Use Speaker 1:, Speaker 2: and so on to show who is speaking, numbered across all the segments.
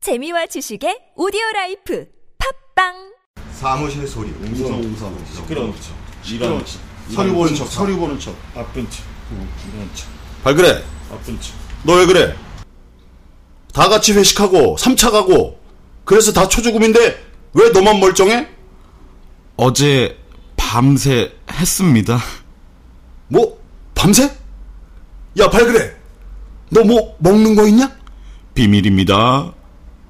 Speaker 1: 재미와 지식의 오디오 라이프 팝빵
Speaker 2: 사무실 소리,
Speaker 3: 무서워,
Speaker 2: 웅성,
Speaker 3: 무서워.
Speaker 2: 웅성.
Speaker 3: 시끄러운 척. 그렇죠. 이런 척.
Speaker 2: 서류 보는 척,
Speaker 3: 서류 보는 척. 아픈 척. 어, 이런 척.
Speaker 2: 발그레,
Speaker 3: 아픈 척.
Speaker 2: 너 왜 그래? 다 같이 회식하고, 3차 가고, 그래서 다 초조금인데, 왜 너만 멀쩡해?
Speaker 4: 어제 밤새 했습니다.
Speaker 2: 뭐, 밤새? 야, 발그레, 너 뭐 먹는 거 있냐?
Speaker 4: 비밀입니다.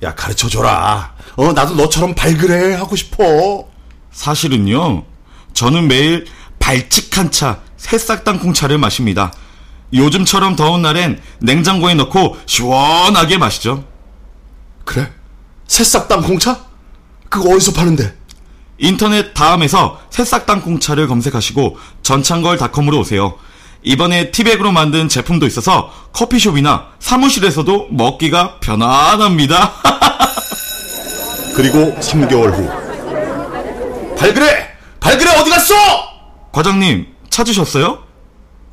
Speaker 2: 야, 가르쳐 줘라. 어, 나도 너처럼 발그레 하고 싶어.
Speaker 4: 사실은요, 저는 매일 발칙한 차, 새싹 땅콩차를 마십니다. 요즘처럼 더운 날엔 냉장고에 넣고 시원하게 마시죠.
Speaker 2: 그래? 새싹 땅콩차? 그거 어디서 파는데?
Speaker 4: 인터넷 다음에서 새싹 땅콩차를 검색하시고 전창걸닷컴으로 오세요. 이번에 티백으로 만든 제품도 있어서 커피숍이나 사무실에서도 먹기가 편안합니다.
Speaker 2: 그리고 3개월 후. 발그레! 발그레 어디 갔어?
Speaker 4: 과장님, 찾으셨어요?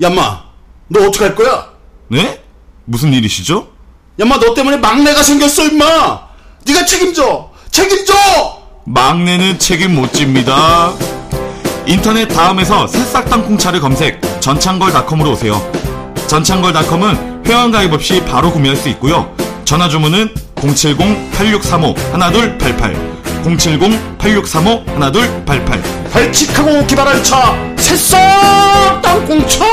Speaker 2: 얌마, 너 어떡할 거야?
Speaker 4: 네? 무슨 일이시죠?
Speaker 2: 야마 너 때문에 막내가 생겼어 임마 네가 책임져 책임져
Speaker 4: 막내는 책임 못 집니다. 인터넷 다음에서 새싹 땅콩차를 검색 전창걸닷컴으로 오세요. 전창걸닷컴은 회원 가입 없이 바로 구매할 수 있고요. 전화 주문은 070-8635-1288 070-8635-1288
Speaker 2: 발칙하고 기발한 차 새싹 땅콩차